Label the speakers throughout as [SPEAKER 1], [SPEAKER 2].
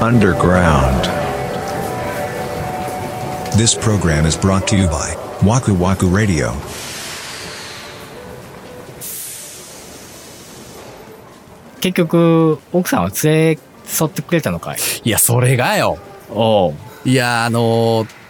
[SPEAKER 1] underground.
[SPEAKER 2] This program is brought to you by Waku Waku Radio.
[SPEAKER 3] 結局、奥さんは連れ添ってくれたのかい
[SPEAKER 4] いや、それがよ。
[SPEAKER 3] おう。
[SPEAKER 4] いや、あのー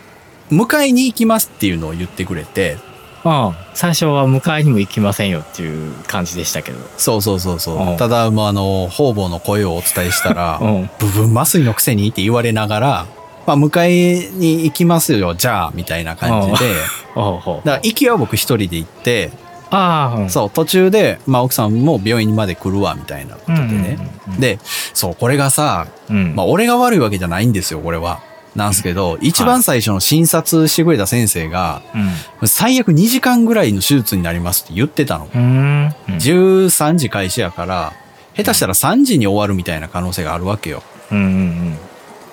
[SPEAKER 4] 迎えに行きますっていうのを言ってくれて、
[SPEAKER 3] うん。最初は迎えにも行きませんよっていう感じでしたけど。
[SPEAKER 4] そうそうそうそう。
[SPEAKER 3] うん
[SPEAKER 4] ただ、まあ、あの、方々の声をお伝えしたら、
[SPEAKER 3] うん
[SPEAKER 4] 部分麻酔のくせにって言われながら、まあ、迎えに行きますよ、じゃあ、みたいな感じで、
[SPEAKER 3] おうほう。
[SPEAKER 4] だから行きは僕一人で行って、
[SPEAKER 3] ああ、うん。
[SPEAKER 4] そう、途中で、まあ、奥さんも病院まで来るわ、みたいなことでね。で、そう、これがさ、
[SPEAKER 3] うん。
[SPEAKER 4] まあ、俺が悪いわけじゃないんですよ、これは。なんですけど、一番最初の診察してくれた先生が、
[SPEAKER 3] うん。
[SPEAKER 4] 最悪2時間ぐらいの手術になりますって言ってたの。
[SPEAKER 3] うん。
[SPEAKER 4] 13時開始やから、下手したら3時に終わるみたいな可能性があるわけよ。
[SPEAKER 3] うん。うん。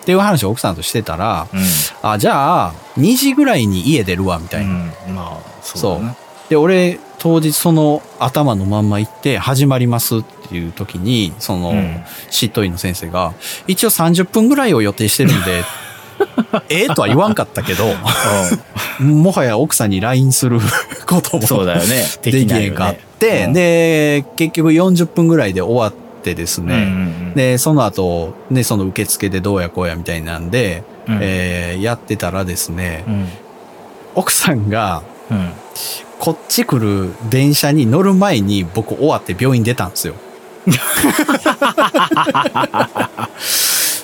[SPEAKER 4] っていう話を奥さんとしてたら、
[SPEAKER 3] うん。
[SPEAKER 4] あ、じゃあ、2時ぐらいに家出るわ、みたいな。
[SPEAKER 3] うん。まあ、そうだな。
[SPEAKER 4] で、俺、当日その頭のまんま行って、始まりますっていう時に、その、
[SPEAKER 3] うん
[SPEAKER 4] 執刀医の先生が、一応30分ぐらいを予定してるん で、ええとは言わんかったけど、もはや奥さんに LINE する ことも
[SPEAKER 3] そうだよ ね。
[SPEAKER 4] で
[SPEAKER 3] で
[SPEAKER 4] き
[SPEAKER 3] きない
[SPEAKER 4] へん
[SPEAKER 3] よ
[SPEAKER 4] かっ
[SPEAKER 3] ね。
[SPEAKER 4] て、
[SPEAKER 3] うん
[SPEAKER 4] で、結局40分ぐらいで終わってです
[SPEAKER 3] うんう
[SPEAKER 4] ね、
[SPEAKER 3] ん
[SPEAKER 4] で、その後、ね、その受付でどうやこうやみたいなんで、
[SPEAKER 3] うん。
[SPEAKER 4] えーやってたらですね
[SPEAKER 3] う、ん。
[SPEAKER 4] 奥さんが、
[SPEAKER 3] うん。
[SPEAKER 4] こっち来る電車に乗る前に僕終わって病院出たんですよ。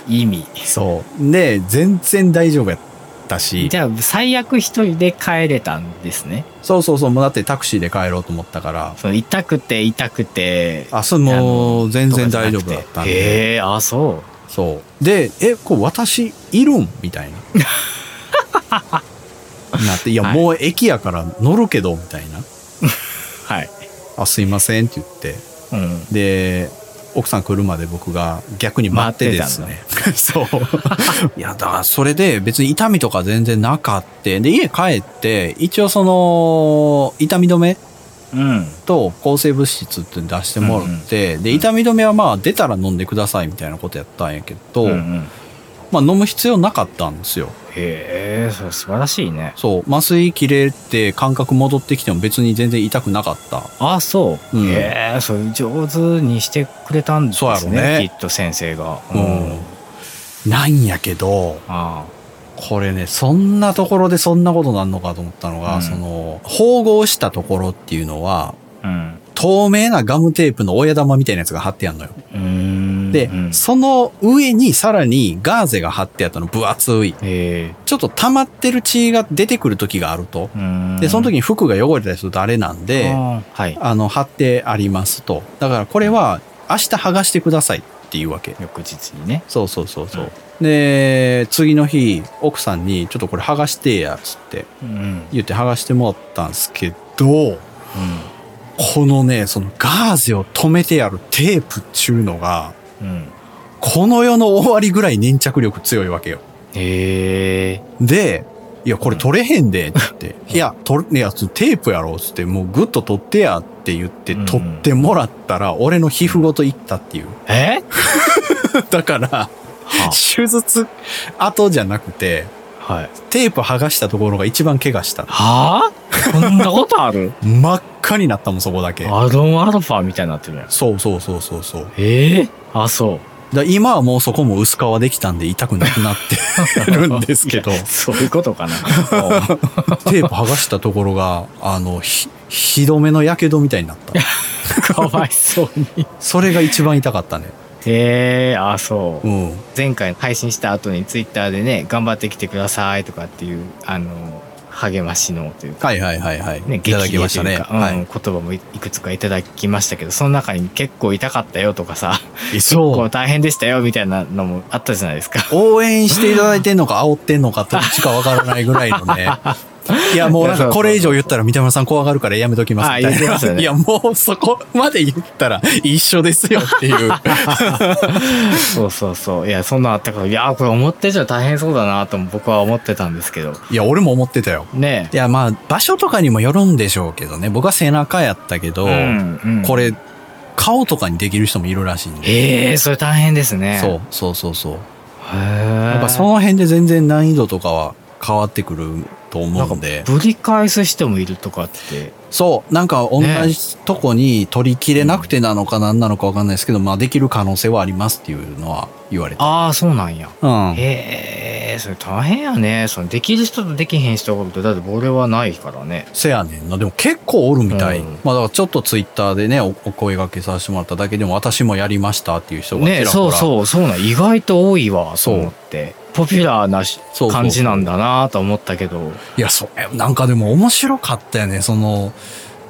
[SPEAKER 3] 意味。
[SPEAKER 4] そう。で、全然大丈夫やったし
[SPEAKER 3] じ、ゃあ、最悪一人で帰れたんですね。
[SPEAKER 4] そうそうそう、もうだってタクシーで帰ろうと思ったから、
[SPEAKER 3] その痛くて痛くて。
[SPEAKER 4] あ、そう、もう全然大丈夫だったんで、
[SPEAKER 3] へえ、あ、そ
[SPEAKER 4] そう。で、え、こう私いるんみ たいな。なって、いや、
[SPEAKER 3] はい
[SPEAKER 4] もう駅やから乗るけど、みたいな。
[SPEAKER 3] う。はい。
[SPEAKER 4] あ、すいませんって言って。
[SPEAKER 3] うん。
[SPEAKER 4] で、奥さん来るまで僕が逆に待ってですね。そう。いや、だから それで別に痛みとか全然なかって、で、家帰って、一応その、痛み止め
[SPEAKER 3] うん。
[SPEAKER 4] と抗生物質って出してもらって、で、痛み止めはまあ出たら飲んでくださいみたいなことやったんやけど、
[SPEAKER 3] うんうん
[SPEAKER 4] まあ飲む必要なかったんですよ。
[SPEAKER 3] へえ、そう素晴らしいね。
[SPEAKER 4] そう、麻酔切れて感覚戻ってきても別に全然痛くなかった。
[SPEAKER 3] あ、そう。
[SPEAKER 4] うん
[SPEAKER 3] へえ、そう、上手にしてくれたんです
[SPEAKER 4] そうやろ
[SPEAKER 3] ね。
[SPEAKER 4] ね
[SPEAKER 3] きっと先生が。
[SPEAKER 4] うん。なんやけど、
[SPEAKER 3] あ
[SPEAKER 4] これね、そんなところでそんなことなんのかと思ったのが、
[SPEAKER 3] うん
[SPEAKER 4] その、縫合したところっていうのは、
[SPEAKER 3] あ。うん。
[SPEAKER 4] 透明なガムテープの親玉みたいなやつが貼ってあるのよ。
[SPEAKER 3] うーん。
[SPEAKER 4] で、
[SPEAKER 3] うん
[SPEAKER 4] その上にさらにガーゼが貼ってあったの、分厚い。
[SPEAKER 3] へえ。
[SPEAKER 4] ちょっと溜まってる血が出てくる時があると。
[SPEAKER 3] うん
[SPEAKER 4] で、その時に服が汚れたりするとあれなんで、
[SPEAKER 3] あーはい。
[SPEAKER 4] あの、貼ってありますと。だからこれは、明日剥がしてくださいっていうわけ。
[SPEAKER 3] 翌日にね。
[SPEAKER 4] そうそうそうそうう。で、次の日、奥さんに、ちょっとこれ剥がしてや、つって
[SPEAKER 3] うん。
[SPEAKER 4] 言って剥がしてもらったんですけど、このね、そのガーゼを止めてやるテープっちゅうのが、
[SPEAKER 3] うん。うん。
[SPEAKER 4] この世の終わりぐらい粘着力強いわけよ。
[SPEAKER 3] へえ。
[SPEAKER 4] で、いや、これ取れへんで、って。いや、取れ、いや、テープやろ、つって、もうグッと取ってや、って言って、
[SPEAKER 3] うんうん
[SPEAKER 4] 取ってもらったら、俺の皮膚ごといったっていう。
[SPEAKER 3] え
[SPEAKER 4] だから、手術後じゃなくて、
[SPEAKER 3] はい。
[SPEAKER 4] テープ剥がしたところが一番怪我した。
[SPEAKER 3] はあそんなことあ る
[SPEAKER 4] 真っ赤になったもん、そこだけ。
[SPEAKER 3] アドンアルファみたいになってるやん。
[SPEAKER 4] そうそうそうそうそう。
[SPEAKER 3] ええあ、そう。
[SPEAKER 4] だから今はもうそこも薄皮できたんで痛くなくなって るんですけど、
[SPEAKER 3] い
[SPEAKER 4] テ
[SPEAKER 3] やそういうことかな。
[SPEAKER 4] ープ剥がしたところが、あの、ひ、ひどめの火傷みたいになった。
[SPEAKER 3] かわいそうに。
[SPEAKER 4] それが一番痛かったね。
[SPEAKER 3] へえあ、そう
[SPEAKER 4] う。ん。
[SPEAKER 3] 前回配信した後にツイッターでね、頑張ってきてくださいとかっていう、あの、励ましのというか、
[SPEAKER 4] はいはいはいはい。
[SPEAKER 3] ね、
[SPEAKER 4] いただきましたね。
[SPEAKER 3] 激励というか
[SPEAKER 4] は
[SPEAKER 3] うん
[SPEAKER 4] い。
[SPEAKER 3] 言葉もいいくつかいただきましたけど、その中に結構痛かったよとかさ、こ
[SPEAKER 4] そうう。
[SPEAKER 3] 大変でしたよみたいなのもあったじゃない ですか。
[SPEAKER 4] 応援していただいてんのか煽ってんのかどっちかわからないぐらいの ね。いやもうなんかこれ以上言ったら三田村さん怖がるからやめときますみた
[SPEAKER 3] あ言ってました
[SPEAKER 4] い
[SPEAKER 3] よ
[SPEAKER 4] な。
[SPEAKER 3] ね
[SPEAKER 4] いやもうそこまで言ったら一緒ですよっていう。
[SPEAKER 3] そうそうそう。いや、そんなんあったから、いや、これ思ってじゃ大変そうだなとも僕は思ってたんですけど。
[SPEAKER 4] いや俺も思ってたよ。
[SPEAKER 3] ね
[SPEAKER 4] いや、まあ、場所とかにもよるんでしょうけどね。僕は背中やったけど、
[SPEAKER 3] うんうん
[SPEAKER 4] これ、顔とかにできる人もいるらしいんで。
[SPEAKER 3] ええそれ大変ですね。
[SPEAKER 4] そう、そうそうそう。やっぱその辺で全然難易度とかは変わってくると思うんで。
[SPEAKER 3] ぶり返す人もいるとかって。
[SPEAKER 4] そう。なんか同
[SPEAKER 3] ね
[SPEAKER 4] じとこに取り切れなくてなのか何なのかわかんないですけど、まあできる可能性はありますっていうのは言われて。
[SPEAKER 3] ああ、そうなんや。
[SPEAKER 4] うん。
[SPEAKER 3] へえ、それ大変やね。そのできる人とできへん人がおると、だって俺はないからね。
[SPEAKER 4] せやねんな。でも結構おるみたい。
[SPEAKER 3] うん
[SPEAKER 4] まあだからちょっとツイッターでねお、お声掛けさせてもらっただけでも私もやりましたっていう人がちらほ
[SPEAKER 3] ね
[SPEAKER 4] ら。
[SPEAKER 3] そうそう、そうなん。意外と多いわ、そ
[SPEAKER 4] そ
[SPEAKER 3] うう思って。ポピュラーなし
[SPEAKER 4] そうそう
[SPEAKER 3] 感じなんだなと思ったけど。
[SPEAKER 4] いや、それ、なんかでも面白かったよね。その、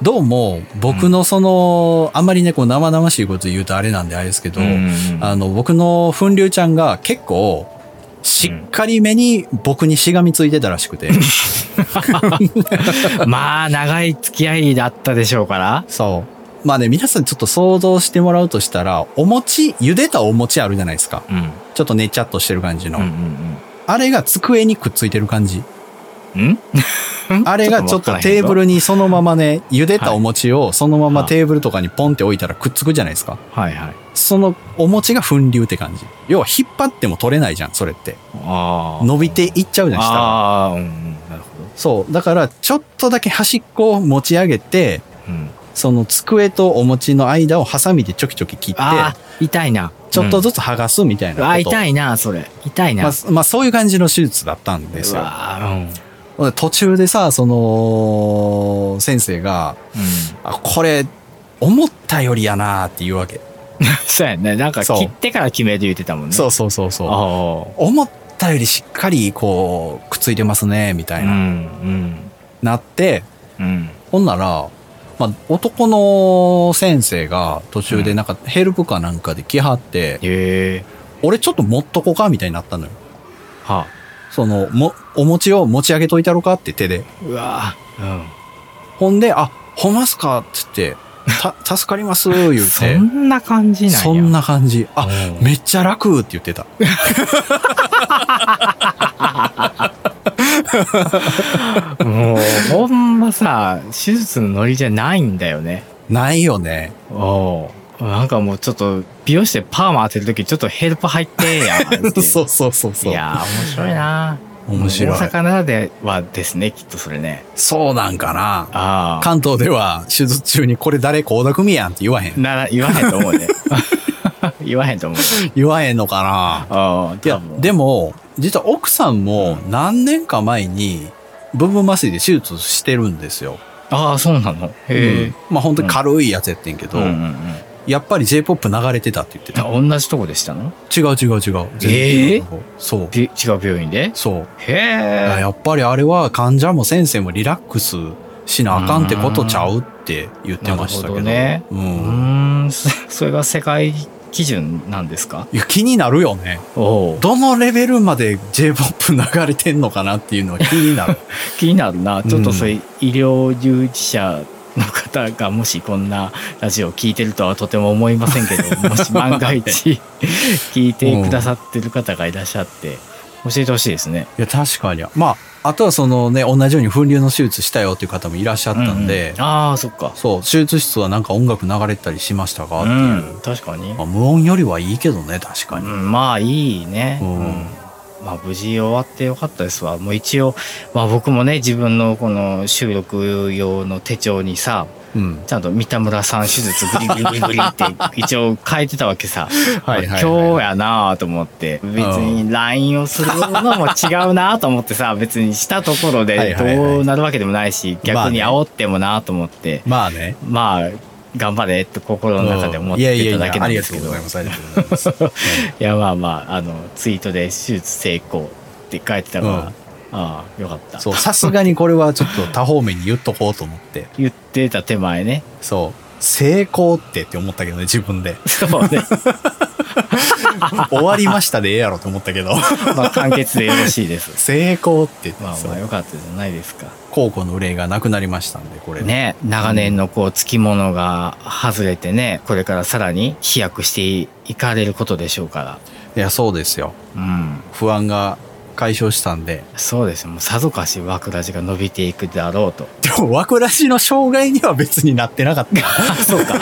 [SPEAKER 4] どうも、僕のその、あんまりね、こう生々しいこと言うとあれなんであれですけど、
[SPEAKER 3] うん
[SPEAKER 4] あの、僕の粉流ちゃんが結構、しっかりめに僕にしがみついてたらしくて。
[SPEAKER 3] まあ、長い付き合いだったでしょうから。
[SPEAKER 4] そう。まあね、皆さんちょっと想像してもらうとしたら、お餅、茹でたお餅あるじゃないですか。
[SPEAKER 3] うん。
[SPEAKER 4] ちょっとねちゃっとしてる感じの。
[SPEAKER 3] うん
[SPEAKER 4] あれが机にくっついてる感じ。
[SPEAKER 3] うんうん。ん
[SPEAKER 4] あれがちょっとテーブ ル
[SPEAKER 3] に。
[SPEAKER 4] にそのままね、茹でた
[SPEAKER 3] はい
[SPEAKER 4] お餅をそのまま
[SPEAKER 3] はい
[SPEAKER 4] テーブルとかにポンって置いたらくっつくじゃないですか。
[SPEAKER 3] はいはい。
[SPEAKER 4] そのお餅が粉流って感じ。要は引っ張っても取れないじゃん、それって。
[SPEAKER 3] ああ。
[SPEAKER 4] 伸びていっちゃうじゃん、下が。
[SPEAKER 3] ああ、うんうん。なるほど。
[SPEAKER 4] そう。だから、ちょっとだけ端っこを持ち上げて、
[SPEAKER 3] うん。
[SPEAKER 4] その机とお餅の間をハサミでちょきちょき切って、
[SPEAKER 3] ああ、痛いな。
[SPEAKER 4] ちょっと
[SPEAKER 3] ず
[SPEAKER 4] ずつ剥がすみたいな
[SPEAKER 3] つ。
[SPEAKER 4] こと。
[SPEAKER 3] あ痛いな、それ。痛いな。
[SPEAKER 4] まあ、まあ、そういう感じの手術だったんです
[SPEAKER 3] う
[SPEAKER 4] よ。
[SPEAKER 3] わー うん。
[SPEAKER 4] ほんで途中でさ、その、先生が、あ、これ、思ったよりやなーって言うわけ。
[SPEAKER 3] そうやね。なんか
[SPEAKER 4] そう
[SPEAKER 3] 切ってから決める言ってたもんね。。
[SPEAKER 4] そううそうそうそう。
[SPEAKER 3] あ
[SPEAKER 4] 思ったよりしっかり、こう、くっついてますね、みた
[SPEAKER 3] あ。
[SPEAKER 4] いうな、
[SPEAKER 3] ん。
[SPEAKER 4] なって、
[SPEAKER 3] うん。うん。
[SPEAKER 4] ほんなら、まあ、男の先生が途中でなんかヘルプかなんかで来はって、
[SPEAKER 3] へえ。
[SPEAKER 4] 俺ちょっと持っとこかみたいになったのよ。
[SPEAKER 3] はあ。
[SPEAKER 4] その、も、お餅を持ち上げといたろかって手で。
[SPEAKER 3] うわー
[SPEAKER 4] ほんで、あ、ほんますかってって、た、 助かります言う
[SPEAKER 3] う
[SPEAKER 4] て。
[SPEAKER 3] ん。そんな感じなんや。
[SPEAKER 4] そん。な感じ。あ、
[SPEAKER 3] うん
[SPEAKER 4] めっちゃ楽って言ってた。
[SPEAKER 3] もう、ほんまさ、手術のノリじゃないんだよね。
[SPEAKER 4] ないよね。
[SPEAKER 3] おお。なんかもうちょっと、美容師でパーマ当てるとき、ちょっとヘルプ入ってや。
[SPEAKER 4] そうそうそう
[SPEAKER 3] い
[SPEAKER 4] そう。
[SPEAKER 3] やー、面白いな
[SPEAKER 4] 面白い
[SPEAKER 3] 大阪ならではですね、きっとそれね。
[SPEAKER 4] そうなんかな。
[SPEAKER 3] ああ。
[SPEAKER 4] 関東では手術中にこれ誰倖田來未やんって言わへん。
[SPEAKER 3] なら、言わへんと思うね。 言わへんと思う。
[SPEAKER 4] 言わへんのかな。
[SPEAKER 3] ああ、
[SPEAKER 4] いや、でも、実は奥さんも何年か前に、部分麻酔で手術してるんですよ。
[SPEAKER 3] ああ、そうなの。
[SPEAKER 4] う
[SPEAKER 3] へ
[SPEAKER 4] んまあ本当に軽いやつやってんけ
[SPEAKER 3] え。う
[SPEAKER 4] ど、
[SPEAKER 3] んうん
[SPEAKER 4] やっぱり J-POP 流れてたって言ってた。
[SPEAKER 3] うん。同じとこでしたの
[SPEAKER 4] 違う違う違う。
[SPEAKER 3] ええ
[SPEAKER 4] そう
[SPEAKER 3] び。違う病院で
[SPEAKER 4] そう。
[SPEAKER 3] へ
[SPEAKER 4] だから
[SPEAKER 3] え。
[SPEAKER 4] やっぱりあれは患者も先生もリラックスしなあかんってことちゃうって言ってましたけど。
[SPEAKER 3] なる
[SPEAKER 4] う。
[SPEAKER 3] うんーん、そそれが世界基準なんですか
[SPEAKER 4] いや気になるよね。
[SPEAKER 3] おお。
[SPEAKER 4] どのレベルまで J-POP 流れてんのかなっていうのは気になる。
[SPEAKER 3] 気になるな。ちょっ
[SPEAKER 4] う
[SPEAKER 3] と
[SPEAKER 4] ん
[SPEAKER 3] そういう医療従事者の方がもしこんなラジオを聞いてるとはとても思いませんけ ど、もし万が一聞いてくださってる方がいらっしゃって、教えてほしいですね。
[SPEAKER 4] いや、確かに。まあ、あとはそのね、同じように粉流の手術したよっていう方もいらっしゃったんで、
[SPEAKER 3] うんうんああ、そっか。
[SPEAKER 4] そう、手術室はなんか音楽流れてたりしましたかっていうう。
[SPEAKER 3] ん、確かに
[SPEAKER 4] ま。あ、無音よりはいいけどね、確か
[SPEAKER 3] う
[SPEAKER 4] に。
[SPEAKER 3] ん、まあいいね、
[SPEAKER 4] うん
[SPEAKER 3] まあ無事終わってよかったですわもう一応、まあ、僕もね自分のこの収録用の手帳にさ
[SPEAKER 4] うん。
[SPEAKER 3] ちゃんと三田村さん手術グリグリグリグリ って一応変えてたわけさ
[SPEAKER 4] はいはいはい
[SPEAKER 3] 今日やなと思って別に LINE をするのも違うなと思ってさ別にしたところ
[SPEAKER 4] はい
[SPEAKER 3] で
[SPEAKER 4] はいはい
[SPEAKER 3] どうなるわけでもないし
[SPEAKER 4] まあ
[SPEAKER 3] 逆
[SPEAKER 4] ね
[SPEAKER 3] に煽ってもなと思って、
[SPEAKER 4] まあね。
[SPEAKER 3] まあ頑張れって心の中で思っ
[SPEAKER 4] うんいやい
[SPEAKER 3] て
[SPEAKER 4] や
[SPEAKER 3] た
[SPEAKER 4] い
[SPEAKER 3] だけ
[SPEAKER 4] や、
[SPEAKER 3] な
[SPEAKER 4] あ
[SPEAKER 3] ん
[SPEAKER 4] り
[SPEAKER 3] で
[SPEAKER 4] が
[SPEAKER 3] す
[SPEAKER 4] と
[SPEAKER 3] け
[SPEAKER 4] うご
[SPEAKER 3] ど
[SPEAKER 4] ざいます。ありがとうございます。
[SPEAKER 3] いやまあまああのツイートで手術成功って書いてたから、
[SPEAKER 4] うん
[SPEAKER 3] ああよかった
[SPEAKER 4] そう、さすがにこれはちょっと多方面に言っとこうと思って。
[SPEAKER 3] 言ってた手前ね。
[SPEAKER 4] そう。成功ってって思ったけどね、自分 で
[SPEAKER 3] そうね、
[SPEAKER 4] 終わりましたでええやろと思ったけど。
[SPEAKER 3] まあ、簡潔でよろしいです
[SPEAKER 4] 成功って言って
[SPEAKER 3] まあ
[SPEAKER 4] そ
[SPEAKER 3] まあ
[SPEAKER 4] う
[SPEAKER 3] よかったじゃないですか
[SPEAKER 4] 高校の憂いがなくなりましたんで、これ。。
[SPEAKER 3] ね長年のこうつきものが外れてねこれからさらに飛躍していかれることでしょうから
[SPEAKER 4] いや、そうですよ。
[SPEAKER 3] うん
[SPEAKER 4] 不安が解消したんで。
[SPEAKER 3] そうですよもうさぞかし枠立ちが伸びていくだろうと
[SPEAKER 4] でも、枠らしの障害には別になってなかった。
[SPEAKER 3] あそうか